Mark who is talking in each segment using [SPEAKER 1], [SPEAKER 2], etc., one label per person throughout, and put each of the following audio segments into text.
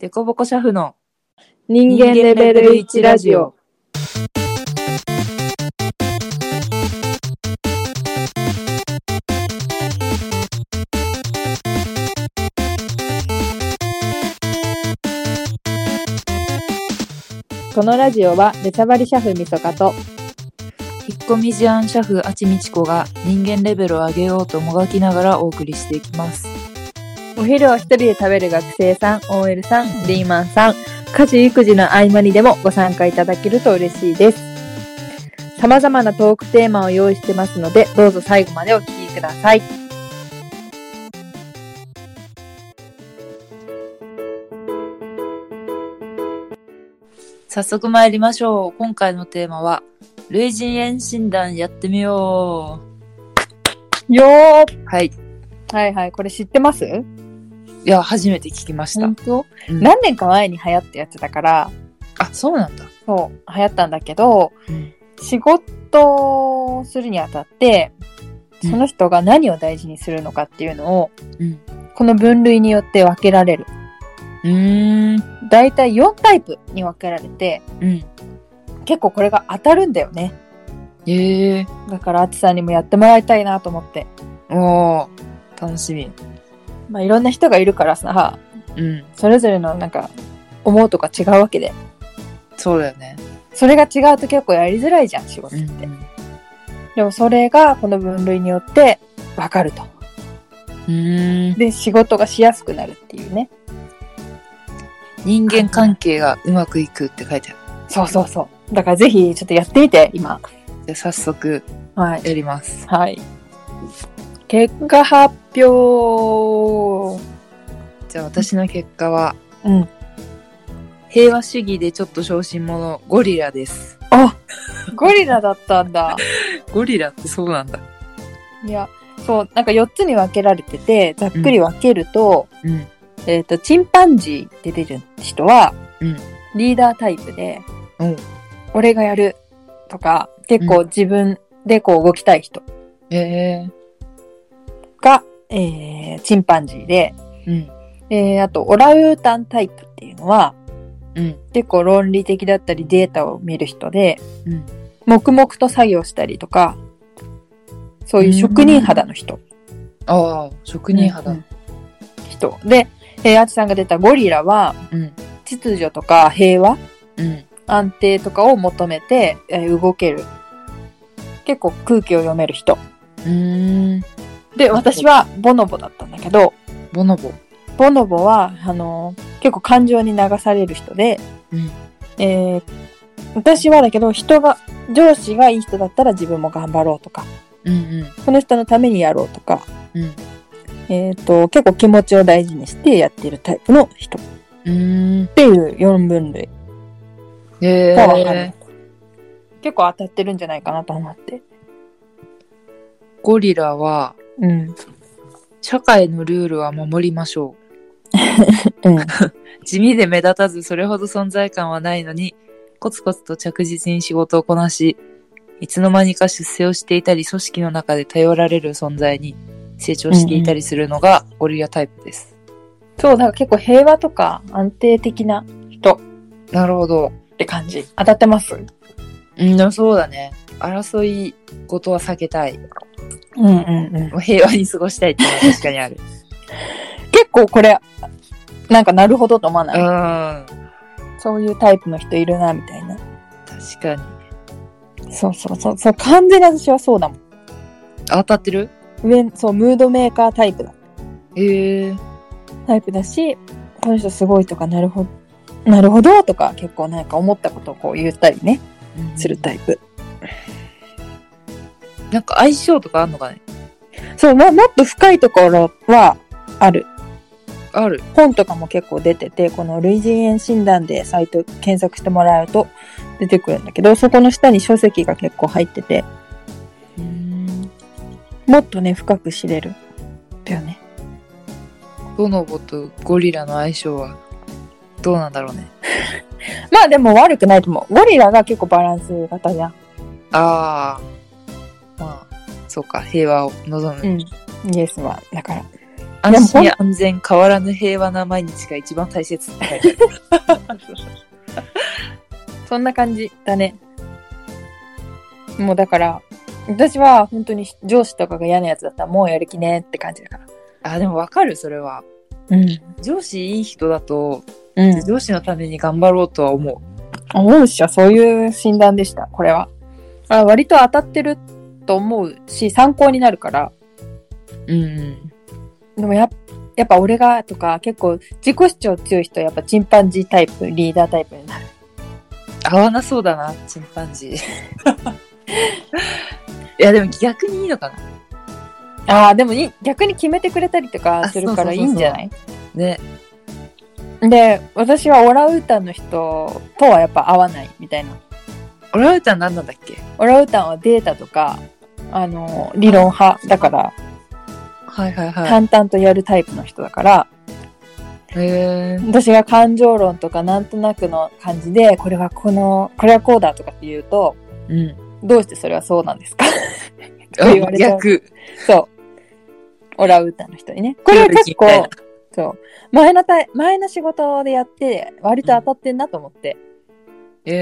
[SPEAKER 1] デコボコシャフの
[SPEAKER 2] 人間レベル1ラジオ。このラジオは、出しゃばりシャフみそかと、
[SPEAKER 1] 引っ込み思案シャフあちみちこが人間レベルを上げようともがきながらお送りしていきます。
[SPEAKER 2] お昼を一人で食べる学生さん、OL さん、リーマンさん、家事育児の合間にでもご参加いただけると嬉しいです。様々なトークテーマを用意してますので、どうぞ最後までお聞きください。
[SPEAKER 1] 早速参りましょう。今回のテーマは、類人猿診断やってみよ
[SPEAKER 2] よー
[SPEAKER 1] う。はい。い
[SPEAKER 2] はいはい、これ知ってます
[SPEAKER 1] や、初めて聞きました。
[SPEAKER 2] 本当、
[SPEAKER 1] うん
[SPEAKER 2] 何年か前に流行ったやつだから、
[SPEAKER 1] あ、そうなんだ。
[SPEAKER 2] そう、流行ったんだけど、
[SPEAKER 1] うん
[SPEAKER 2] 仕事をするにあたって、
[SPEAKER 1] うん
[SPEAKER 2] その人が何を大事にするのかっていうのを、
[SPEAKER 1] うん
[SPEAKER 2] この分類によって分けられる。
[SPEAKER 1] うーん。
[SPEAKER 2] 大体4タイプに分けられて、
[SPEAKER 1] うん。
[SPEAKER 2] 結構これが当たるんだよね。
[SPEAKER 1] ええ
[SPEAKER 2] だから、あつさんにもやってもらいたいなと思って。
[SPEAKER 1] ー。おー。楽しみ。
[SPEAKER 2] まあ、いろんな人がいるからさ、
[SPEAKER 1] うん。
[SPEAKER 2] それぞれのなんか、思うとか違うわけで。
[SPEAKER 1] そうだよね。
[SPEAKER 2] それが違うと結構やりづらいじゃん、仕事
[SPEAKER 1] う
[SPEAKER 2] っ
[SPEAKER 1] ん
[SPEAKER 2] て。。でもそれがこの分類によって分かると。
[SPEAKER 1] うーん。
[SPEAKER 2] で、仕事がしやすくなるっていうね。
[SPEAKER 1] 人間関係がうまくいくって書いてあ
[SPEAKER 2] そうそうそう。だからぜひちょっとやってみて、今。
[SPEAKER 1] る。で、早速
[SPEAKER 2] はい。
[SPEAKER 1] やります。
[SPEAKER 2] はい。結果発表。
[SPEAKER 1] じゃあ私の結果は、
[SPEAKER 2] うん。
[SPEAKER 1] 平和主義でちょっと小心者、ゴリラです。
[SPEAKER 2] あゴリラだったんだ。
[SPEAKER 1] ゴリラってそうなんだ。
[SPEAKER 2] いや、そう、なんか4つに分けられてて、ざっくり分けると、
[SPEAKER 1] うん。
[SPEAKER 2] えっ、と、チンパンジーで出る人は、
[SPEAKER 1] うん
[SPEAKER 2] リーダータイプで、
[SPEAKER 1] うん
[SPEAKER 2] 俺がやるとか、結構自分でこう動きたい人
[SPEAKER 1] ええ
[SPEAKER 2] が、えー、チンパンジーで、
[SPEAKER 1] うん。
[SPEAKER 2] えー、あと、オランウータンタイプっていうのは、
[SPEAKER 1] うん。
[SPEAKER 2] 結構論理的だったりデータを見る人で、
[SPEAKER 1] うん。
[SPEAKER 2] 黙々と作業したりとか、そういう職人肌の人。
[SPEAKER 1] ああ、職人肌。
[SPEAKER 2] うん人。で、えー、アーチさんが出たゴリラは、
[SPEAKER 1] うん。
[SPEAKER 2] 秩序とか平和、
[SPEAKER 1] うん。
[SPEAKER 2] 安定とかを求めて、えー動ける。結構空気を読める人。
[SPEAKER 1] うーん。
[SPEAKER 2] で、私はボノボだったんだけど、
[SPEAKER 1] ボノボ。
[SPEAKER 2] ボノボは、あのー結構感情に流される人で、
[SPEAKER 1] うん
[SPEAKER 2] えー私はだけど、人が、上司がいい人だったら自分も頑張ろうとか、
[SPEAKER 1] うん
[SPEAKER 2] この人のためにやろうとか、
[SPEAKER 1] うん。うん。
[SPEAKER 2] えっ、と、結構気持ちを大事にしてやっているタイプの人っ
[SPEAKER 1] うーん。
[SPEAKER 2] ていう4分類
[SPEAKER 1] え
[SPEAKER 2] が分かれ
[SPEAKER 1] え
[SPEAKER 2] た結構当たってるんじゃないかなと思って。
[SPEAKER 1] ゴリラは、
[SPEAKER 2] うん。
[SPEAKER 1] 社会のルールは守りましょう。
[SPEAKER 2] うん。
[SPEAKER 1] 地味で目立たずそれほど存在感はないのに、コツコツと着実に仕事をこなし、いつの間にか出世をしていたり、組織の中で頼られる存在に成長していたりするのがゴリラタイプです。
[SPEAKER 2] そう、だから結構平和とか安定的な人
[SPEAKER 1] なるほど。
[SPEAKER 2] って感じ。当たってます
[SPEAKER 1] うん、でもそうだね。争い事は避けたい。
[SPEAKER 2] うんうんうん。
[SPEAKER 1] もう平和に過ごしたいっていう のは確かにある。
[SPEAKER 2] 結構これ、なんかなるほどと思わない、
[SPEAKER 1] うん。
[SPEAKER 2] そういうタイプの人いるな、みたいな。
[SPEAKER 1] 確かに。
[SPEAKER 2] そうそうそう。そう、完全に私はそうだもん。
[SPEAKER 1] 当たってる
[SPEAKER 2] 上、そう、ムードメーカータイプだ。
[SPEAKER 1] ええ
[SPEAKER 2] タイプだし、この人すごいとか、なるほど、なるほどとか、結構なんか思ったことをこう言ったりね、するタイプ。
[SPEAKER 1] なんか相性とかあんのかね
[SPEAKER 2] そう、ま、もっと深いところはある。
[SPEAKER 1] ある。
[SPEAKER 2] 本とかも結構出てて、この類人猿診断でサイト検索してもらうと出てくるんだけど、そこの下に書籍が結構入ってて、
[SPEAKER 1] うん。
[SPEAKER 2] もっとね、深く知れる。だよね。
[SPEAKER 1] ボノボとゴリラの相性はどうなんだろうね。
[SPEAKER 2] まあでも悪くないと思う。ゴリラが結構バランス型じゃん。
[SPEAKER 1] ああ、まあ、そうか、平和を望む。
[SPEAKER 2] ん。イエスは、だから。
[SPEAKER 1] 安心安全変わらぬ平和な毎日が一番大 切って書いてある
[SPEAKER 2] そんな感じだね。もうだから、私は本当に上司とかが嫌なやつだったらもうやる気ねって感じだから。
[SPEAKER 1] あでもわかるそれは
[SPEAKER 2] うん。
[SPEAKER 1] 上司いい人だと
[SPEAKER 2] うん。
[SPEAKER 1] 上司のために頑張ろうとは思う
[SPEAKER 2] 思うっしょ、そういう診断でした、これは。あ割と当たってると思うし、参考になるから。
[SPEAKER 1] うん
[SPEAKER 2] でもやっやっぱ俺がとか結構自己主張強い人はやっぱチンパンジータイプ、リーダータイプになる。
[SPEAKER 1] 合わなそうだなチンパンジーいやでも逆にいいのかな
[SPEAKER 2] ああ、でもいい逆に決めてくれたりとかするから
[SPEAKER 1] あ
[SPEAKER 2] い
[SPEAKER 1] そうそうそうそう
[SPEAKER 2] いんじゃない
[SPEAKER 1] ね
[SPEAKER 2] で、私はオランウータンの人とはやっぱ合わないみたいな。
[SPEAKER 1] オランウータン何なんだっけ
[SPEAKER 2] オランウータンはデータとか、あの、理論派だから、
[SPEAKER 1] はいはいはい
[SPEAKER 2] 淡々とやるタイプの人だから、
[SPEAKER 1] へえ
[SPEAKER 2] 私が感情論とかなんとなくの感じで、これはこの、これはこうだとかって言うと、
[SPEAKER 1] うん
[SPEAKER 2] どうしてそれはそうなんですか と言わ
[SPEAKER 1] あ
[SPEAKER 2] れちゃう
[SPEAKER 1] 逆
[SPEAKER 2] そう。オランウータンの人にね。これは結
[SPEAKER 1] ルールみ
[SPEAKER 2] 構、そう。前のたい、前の仕事でやって、割と当たってんなと思って、
[SPEAKER 1] へ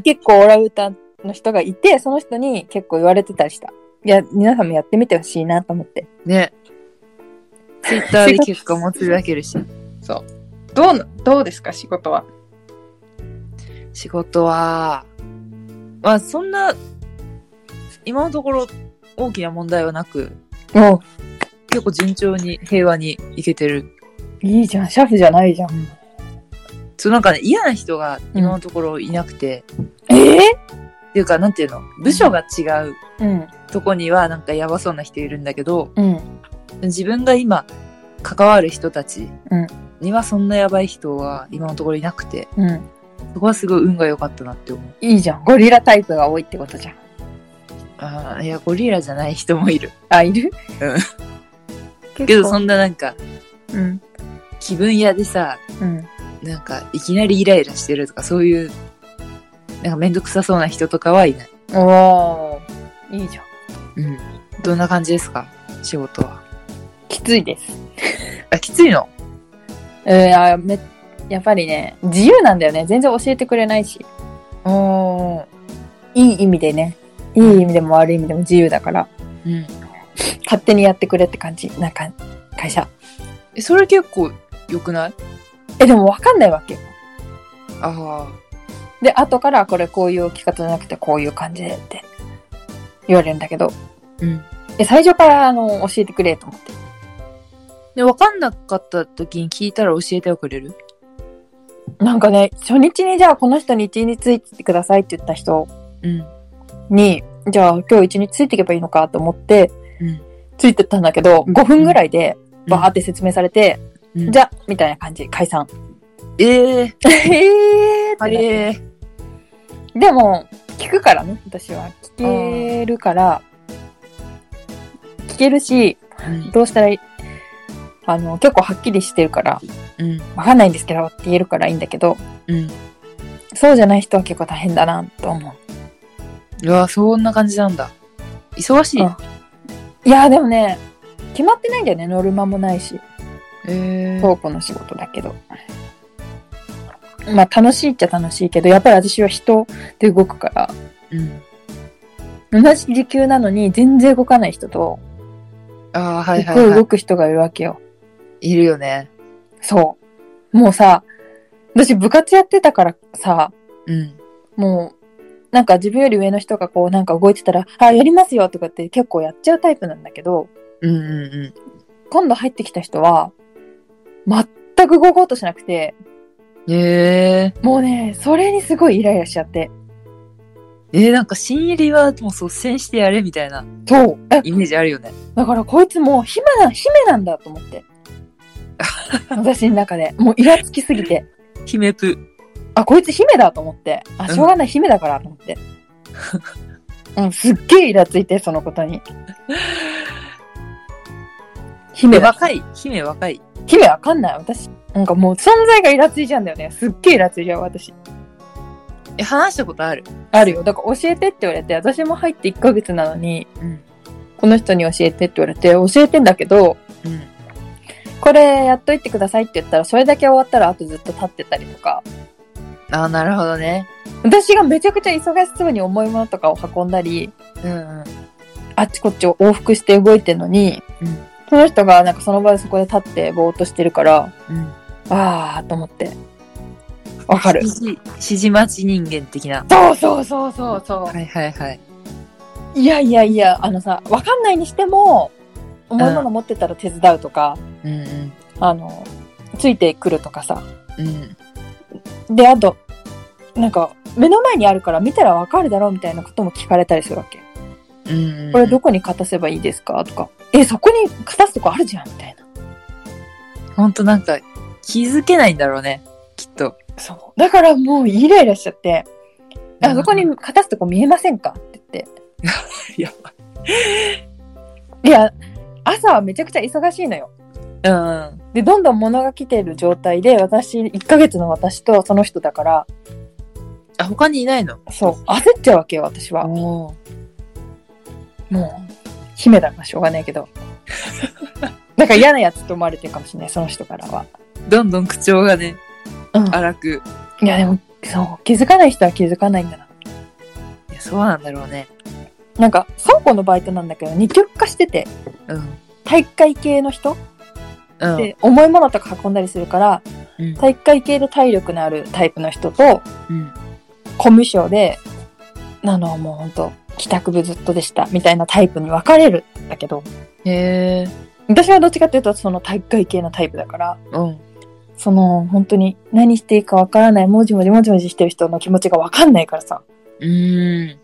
[SPEAKER 1] え
[SPEAKER 2] 結構オランウータンの人がいて、その人に結構言われてたりした。いや、皆さんもやってみてほしいなと思って。
[SPEAKER 1] ねツイッターで結果もつぶやけるし
[SPEAKER 2] どう、どうですか、仕事は。
[SPEAKER 1] 仕事は、まあそんな、今のところ大きな問題はなく、
[SPEAKER 2] もう、
[SPEAKER 1] 結構順調に平和にいけてる。
[SPEAKER 2] いいじゃん、シャフじゃないじゃん。
[SPEAKER 1] そうなんかね、嫌な人が今のところいなくて、
[SPEAKER 2] ええ
[SPEAKER 1] っていうかなんていうの、部署が違う
[SPEAKER 2] うん、
[SPEAKER 1] とこにはなんかやばそうな人いるんだけど、
[SPEAKER 2] うん、
[SPEAKER 1] 自分が今関わる人たち
[SPEAKER 2] うん
[SPEAKER 1] にはそんなやばい人は今のところいなくて、
[SPEAKER 2] うん。
[SPEAKER 1] そこはすごい運が良かったなって思う。
[SPEAKER 2] いいじゃん、ゴリラタイプが多いってことじゃん。
[SPEAKER 1] ああ、いや、ゴリラじゃない人も いる。
[SPEAKER 2] あ、いる
[SPEAKER 1] うん
[SPEAKER 2] 結構
[SPEAKER 1] けどそんななんか
[SPEAKER 2] うん、
[SPEAKER 1] 気分屋でさ、
[SPEAKER 2] うん、
[SPEAKER 1] なんか、いきなりイライラしてるとか、そういう、なんかめんどくさそうな人とかはいない。
[SPEAKER 2] おー、いいじゃん。
[SPEAKER 1] うん。どんな感じですか仕事は。
[SPEAKER 2] きついです。
[SPEAKER 1] あ、きついの
[SPEAKER 2] うん、あめやっぱりね、自由なんだよね。全然教えてくれないし。
[SPEAKER 1] おー。
[SPEAKER 2] いい意味でね。いい意味でも悪い意味でも自由だから、
[SPEAKER 1] うん。
[SPEAKER 2] 勝手にやってくれって感じ。なんか、会社。
[SPEAKER 1] え、それ結構良くない
[SPEAKER 2] え、でもわかんないわけよ。
[SPEAKER 1] あ
[SPEAKER 2] で、後からこれこういう置き方じゃなくてこういう感じでって言われるんだけど、
[SPEAKER 1] ー。うん。
[SPEAKER 2] え、最初からあの、教えてくれと思って。
[SPEAKER 1] で、わかんなかった時に聞いたら教えてはくれる
[SPEAKER 2] なんかね、初日にじゃあこの人に一日ついてくださいって言った人
[SPEAKER 1] うん。
[SPEAKER 2] に、じゃあ今日一日ついていけばいいのかと思って、
[SPEAKER 1] うん
[SPEAKER 2] ついてったんだけど、5分ぐらいで、
[SPEAKER 1] うん
[SPEAKER 2] バーって説明されて、
[SPEAKER 1] うん
[SPEAKER 2] じゃあ、みたいな感じ、解散。
[SPEAKER 1] ええー。
[SPEAKER 2] えー
[SPEAKER 1] あ
[SPEAKER 2] って
[SPEAKER 1] れー。
[SPEAKER 2] でも、聞くからね、私は。聞けるから、聞けるし、
[SPEAKER 1] うん。
[SPEAKER 2] どうしたらいい、あの、結構はっきりしてるから、
[SPEAKER 1] うん。
[SPEAKER 2] わかんないんですけどって言えるからいいんだけど、
[SPEAKER 1] うん。
[SPEAKER 2] そうじゃない人は結構大変だな、と思う。
[SPEAKER 1] うわ、そんな感じなんだ。忙しい。
[SPEAKER 2] あいやーでもね、決まってないんだよね、ノルマもないし。
[SPEAKER 1] ええー。
[SPEAKER 2] 倉庫の仕事だけど。まあ楽しいっちゃ楽しいけど、やっぱり私は人で動くから、
[SPEAKER 1] うん。
[SPEAKER 2] 同じ時給なのに全然動かない人と、
[SPEAKER 1] ああ、はい
[SPEAKER 2] す
[SPEAKER 1] は
[SPEAKER 2] ご
[SPEAKER 1] い、
[SPEAKER 2] い
[SPEAKER 1] は
[SPEAKER 2] 動く人がいるわけよ。
[SPEAKER 1] い。いるよね。
[SPEAKER 2] そう。もうさ、私部活やってたからさ、
[SPEAKER 1] うん。
[SPEAKER 2] もう、なんか自分より上の人がこうなんか動いてたら、あ、やりますよとかって結構やっちゃうタイプなんだけど、
[SPEAKER 1] うんうんうん。
[SPEAKER 2] 今度入ってきた人は、全く動こうとしなくて、
[SPEAKER 1] え
[SPEAKER 2] もうね、それにすごいイライラしちゃって。
[SPEAKER 1] ー、えー、なんか新入りはもう率先してやれみたいな
[SPEAKER 2] そう。え
[SPEAKER 1] イメージあるよね。
[SPEAKER 2] だからこいつもう姫な、姫なんだと思って。私の中で。もうイラつきすぎて。
[SPEAKER 1] 姫プ。
[SPEAKER 2] あ、こいつ姫だと思って。あ、
[SPEAKER 1] うん
[SPEAKER 2] しょうがない、姫だからと思って。うん、すっげえイラついて、そのことに。姫
[SPEAKER 1] 姫
[SPEAKER 2] だ。
[SPEAKER 1] 若い。姫若い。
[SPEAKER 2] 姫わかんない、私。なんかもう存在がイラついちゃうんだよね。すっげえイラついちゃう、私。
[SPEAKER 1] え、話したことある。
[SPEAKER 2] あるよ。だから教えてって言われて、私も入って1ヶ月なのに、
[SPEAKER 1] うん。
[SPEAKER 2] この人に教えてって言われて、教えてんだけど、
[SPEAKER 1] うん。
[SPEAKER 2] これやっといてくださいって言ったら、それだけ終わったらあとずっと立ってたりとか、
[SPEAKER 1] ああ、なるほどね。
[SPEAKER 2] 私がめちゃくちゃ忙しそうに重いものとかを運んだり、
[SPEAKER 1] うんうん。
[SPEAKER 2] あっちこっちを往復して動いてるのに、
[SPEAKER 1] うん
[SPEAKER 2] その人がなんかその場でそこで立ってぼーっとしてるから、
[SPEAKER 1] うん。
[SPEAKER 2] あーと思って。わかる。
[SPEAKER 1] 指示指示待ち人間的な。
[SPEAKER 2] そうそうそうそうそ
[SPEAKER 1] はいはいはい。
[SPEAKER 2] う。いやいやいや、あのさ、わかんないにしても、重いもの持ってたら手伝うとか、
[SPEAKER 1] うんうん。
[SPEAKER 2] あの、ついてくるとかさ。
[SPEAKER 1] うん。
[SPEAKER 2] で、あと、なんか、目の前にあるから見たらわかるだろうみたいなことも聞かれたりするわけ。
[SPEAKER 1] うん、うん。
[SPEAKER 2] これどこに勝たせばいいですかとか。え、そこに勝たすとこあるじゃんみたいな。
[SPEAKER 1] ほんとなんか、気づけないんだろうね。きっと。
[SPEAKER 2] そう。だからもうイライラしちゃって、あそこに勝たすとこ見えませんかって言 っ
[SPEAKER 1] や
[SPEAKER 2] て。いや、朝はめちゃくちゃ忙しいのよ。
[SPEAKER 1] ば。うん。
[SPEAKER 2] で、どんどん物が来てる状態で、私、1ヶ月の私とその人だから、
[SPEAKER 1] あ、他にいないの
[SPEAKER 2] そう、焦っちゃうわけよ、私は。
[SPEAKER 1] おー
[SPEAKER 2] もう、姫だからしょうがない けど。だから嫌なやつって思われてるかもしれない、その人からは。
[SPEAKER 1] どんどん口調がね、
[SPEAKER 2] うん。
[SPEAKER 1] 荒く。
[SPEAKER 2] いや、でも、そう、気づかない人は気づかないんだな。
[SPEAKER 1] いや、そうなんだろうね。
[SPEAKER 2] なんか、倉庫のバイトなんだけど、二極化してて、
[SPEAKER 1] うん。
[SPEAKER 2] 体育会系の人
[SPEAKER 1] うん。
[SPEAKER 2] で、重いものとか運んだりするから、
[SPEAKER 1] うん
[SPEAKER 2] 体育会系で体力のあるタイプの人と、
[SPEAKER 1] うん。
[SPEAKER 2] コミュ障で、あの、もうほんと、帰宅部ずっとでした、みたいなタイプに分かれるんだけど、
[SPEAKER 1] へえ。
[SPEAKER 2] 私はどっちかっていうと、その体育会系のタイプだから、
[SPEAKER 1] うん。
[SPEAKER 2] その、本当に何していいか分からない、もじもじもじもじしてる人の気持ちが分かんないからさ、
[SPEAKER 1] うーん。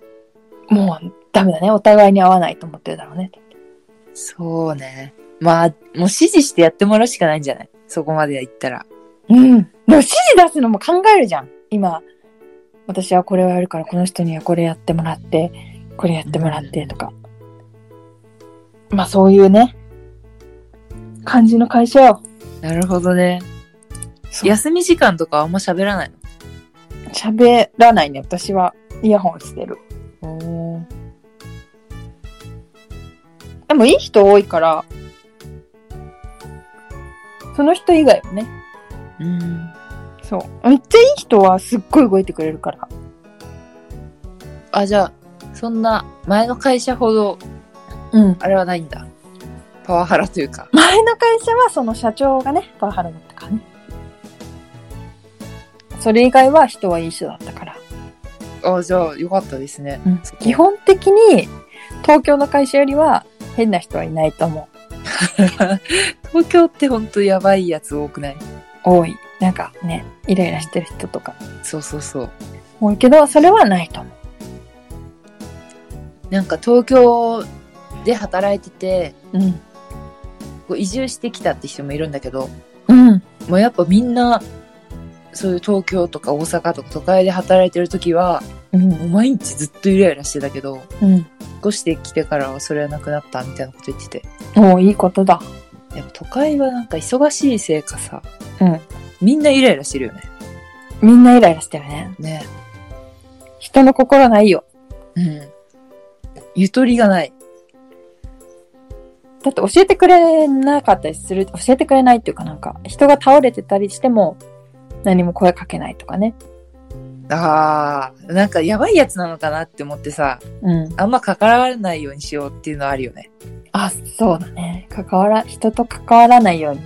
[SPEAKER 2] もうダメだね、お互いに合わないと思ってるだろうね。
[SPEAKER 1] そうね。まあ、もう指示してやってもらうしかないんじゃないそこまで行ったら。
[SPEAKER 2] うん。でも指示出すのも考えるじゃん。今、私はこれをやるから、この人にはこれやってもらって、これやってもらってとか。まあそういうね、感じの会社よ。
[SPEAKER 1] なるほどね。
[SPEAKER 2] そう
[SPEAKER 1] 休み時間とかはあんま喋らない
[SPEAKER 2] 喋らないね、私は。イヤホンしてる。
[SPEAKER 1] のおー
[SPEAKER 2] でもいい人多いから、その人以外はね、
[SPEAKER 1] うん。
[SPEAKER 2] そう。めっちゃいい人はすっごい動いてくれるから。
[SPEAKER 1] あ、じゃあ、そんな前の会社ほど
[SPEAKER 2] うん。
[SPEAKER 1] あれはないんだ。パワハラというか。
[SPEAKER 2] 前の会社はその社長がね、パワハラだったからね。それ以外は人はいい人だったから。
[SPEAKER 1] あ、じゃあ、よかったですね。そこ
[SPEAKER 2] 基本的に東京の会社よりは変な人はいないと思う。
[SPEAKER 1] 東京ってほんとやばいやつ多くない
[SPEAKER 2] 多い。なんかね、イライラしてる人とか
[SPEAKER 1] そうそうそう。
[SPEAKER 2] 多いけど、それはないと思
[SPEAKER 1] なんか東京で働いてて、
[SPEAKER 2] う。うん。
[SPEAKER 1] こう移住してきたって人もいるんだけど、
[SPEAKER 2] うん。
[SPEAKER 1] もうやっぱみんな、そういう東京とか大阪とか都会で働いてる時は、
[SPEAKER 2] う。
[SPEAKER 1] もうん毎日ずっとイライラしてたけど、
[SPEAKER 2] うん。
[SPEAKER 1] 引っ越してきてからはそれはなくなったみたいなこと言ってて。
[SPEAKER 2] もういいことだ。
[SPEAKER 1] やっぱ都会はなんか忙しいせいかさ、
[SPEAKER 2] うん。
[SPEAKER 1] みんなイライラしてるよね。
[SPEAKER 2] みんなイライラしてるね。
[SPEAKER 1] ね。
[SPEAKER 2] 人の心ないよ。
[SPEAKER 1] うん。ゆとりがない。
[SPEAKER 2] だって教えてくれなかったりする、教えてくれないっていうかなんか、人が倒れてたりしても何も声かけないとかね。
[SPEAKER 1] ああ、なんかやばいやつなのかなって思ってさ、
[SPEAKER 2] うん。
[SPEAKER 1] あんま関わらないようにしようっていうのはあるよね。
[SPEAKER 2] あ、そうだね。関わら、人と関わらないようにっ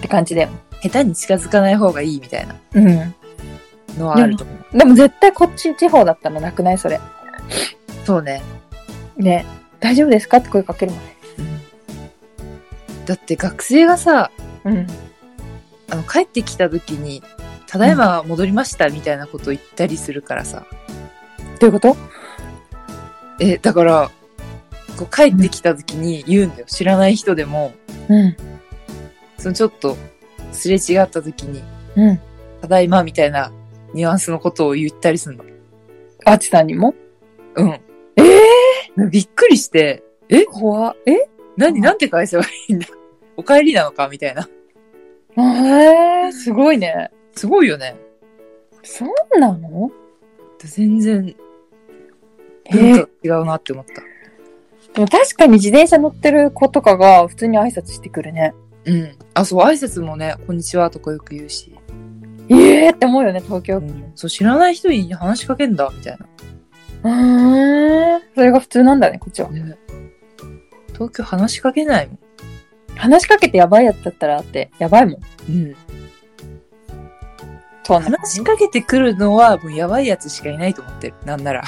[SPEAKER 2] て感じだよ。
[SPEAKER 1] 下手に近づかない方がいいみたいな
[SPEAKER 2] うん。
[SPEAKER 1] のはあると思う。
[SPEAKER 2] でも絶対こっち地方だったらなくないそれ。
[SPEAKER 1] そうね。
[SPEAKER 2] ね。大丈夫ですかって声かけるもんね。
[SPEAKER 1] だって学生がさ、
[SPEAKER 2] うん。
[SPEAKER 1] あの帰ってきた時に、ただいま戻りましたみたいなこと言ったりするからさ。
[SPEAKER 2] どういうこと
[SPEAKER 1] え、だから、こう帰ってきた時に言うんだよ。知らない人でも、
[SPEAKER 2] うん。
[SPEAKER 1] そのちょっとすれ違った時に、
[SPEAKER 2] うん。
[SPEAKER 1] ただいまみたいなニュアンスのことを言ったりするの。
[SPEAKER 2] あちさんにも
[SPEAKER 1] うん。
[SPEAKER 2] え
[SPEAKER 1] びっくりして、え
[SPEAKER 2] 怖え
[SPEAKER 1] 何、
[SPEAKER 2] うん
[SPEAKER 1] なんて返せばいいんだお帰りなのかみたいな。
[SPEAKER 2] えー、すごいね。
[SPEAKER 1] すごいよね。
[SPEAKER 2] そうなの
[SPEAKER 1] 全然、
[SPEAKER 2] え
[SPEAKER 1] 文化違うなって思った。
[SPEAKER 2] でも確かに自転車乗ってる子とかが普通に挨拶してくるね。
[SPEAKER 1] うん。あ、そう、挨拶もね、こんにちはとかよく言うし。
[SPEAKER 2] ええって思うよね、東京。
[SPEAKER 1] う。
[SPEAKER 2] うん
[SPEAKER 1] そう、知らない人に話しかけんだ、みたい
[SPEAKER 2] ーん。それが普通なんだね、こっちは
[SPEAKER 1] な。。ね。東京話しかけないもん。
[SPEAKER 2] 話しかけてやばいやつだったらって、やばいもん。
[SPEAKER 1] うん。
[SPEAKER 2] そうなんだ
[SPEAKER 1] 話しかけてくるのは、もうやばいやつしかいないと思ってる。なん なら。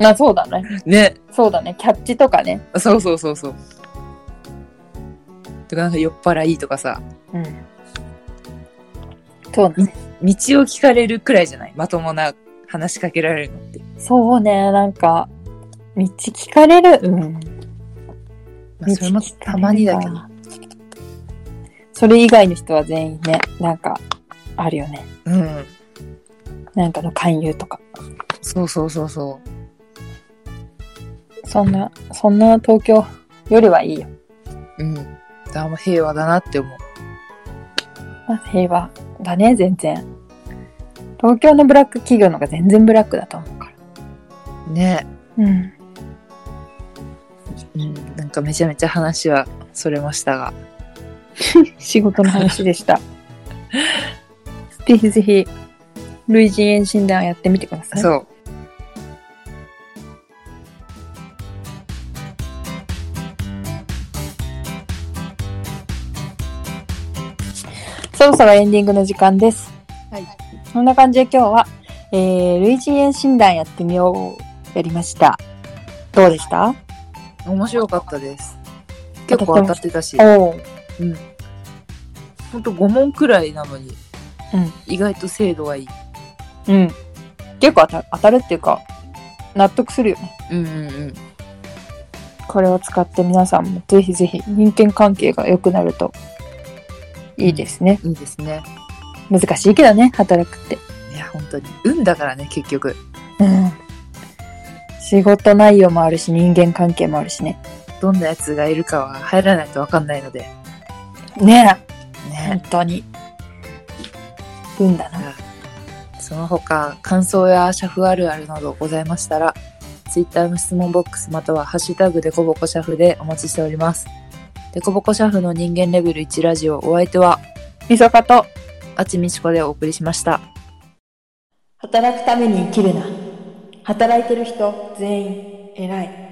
[SPEAKER 2] まあそうだね。
[SPEAKER 1] ね。
[SPEAKER 2] そうだね。キャッチとかね。
[SPEAKER 1] そうそうそうそう。とか、なんか酔っ払いとかさ、
[SPEAKER 2] うん。そうね。
[SPEAKER 1] 道を聞かれるくらいじゃないまともな話しかけられるのって。
[SPEAKER 2] そうね、なんか、道聞かれる。うん。
[SPEAKER 1] まあ、それもたまにだけど。
[SPEAKER 2] それ以外の人は全員ね、なんか、あるよね。
[SPEAKER 1] うん。
[SPEAKER 2] なんかの勧誘とか。
[SPEAKER 1] そうそうそうそ
[SPEAKER 2] そんな、そんな東京よりはいいよ。
[SPEAKER 1] う。うん。だからもう平和だなって思う。
[SPEAKER 2] まあ、平和だね、全然。東京のブラック企業の方が全然ブラックだと思うか
[SPEAKER 1] ね
[SPEAKER 2] ら。うん。
[SPEAKER 1] うん。なんかめちゃめちゃ話はそれましたが。
[SPEAKER 2] 仕事の話でした。 ぜひぜひ、類人猿診断やってみてください。
[SPEAKER 1] そう。
[SPEAKER 2] そろそろエンディングの時間です。
[SPEAKER 1] はい。
[SPEAKER 2] そんな感じで今日は、えー、類人猿診断やってみよう、やりました。どうでした
[SPEAKER 1] 面白かったです。結構当たってたし。
[SPEAKER 2] おー
[SPEAKER 1] ほんと5問くらいなのに。
[SPEAKER 2] うん。
[SPEAKER 1] 意外と精度がいい。
[SPEAKER 2] うん。結構当た当たるっていうか、納得するよね。
[SPEAKER 1] うんうんうん。
[SPEAKER 2] これを使って皆さんもぜひぜひ人間関係が良くなるといいですね。
[SPEAKER 1] いいですね。
[SPEAKER 2] 難しいけどね、働くって。
[SPEAKER 1] いや、本当に。運だからね、結局。
[SPEAKER 2] うん。仕事内容もあるし、人間関係もあるしね。
[SPEAKER 1] どんなやつがいるかは入らないとわかんないので。
[SPEAKER 2] ねえ、本
[SPEAKER 1] ね。
[SPEAKER 2] 当に。運だな。
[SPEAKER 1] その他、感想やシャフあるあるなどございましたら、ツイッターの質問ボックスまたはハッシュタグでこぼこシャフでお待ちしております。でこぼこシャフの人間レベル1ラジオお相手は、
[SPEAKER 2] みそかと、
[SPEAKER 1] あちみちこでお送りしました。
[SPEAKER 2] 働くために生きるな。働いてる人全員偉い。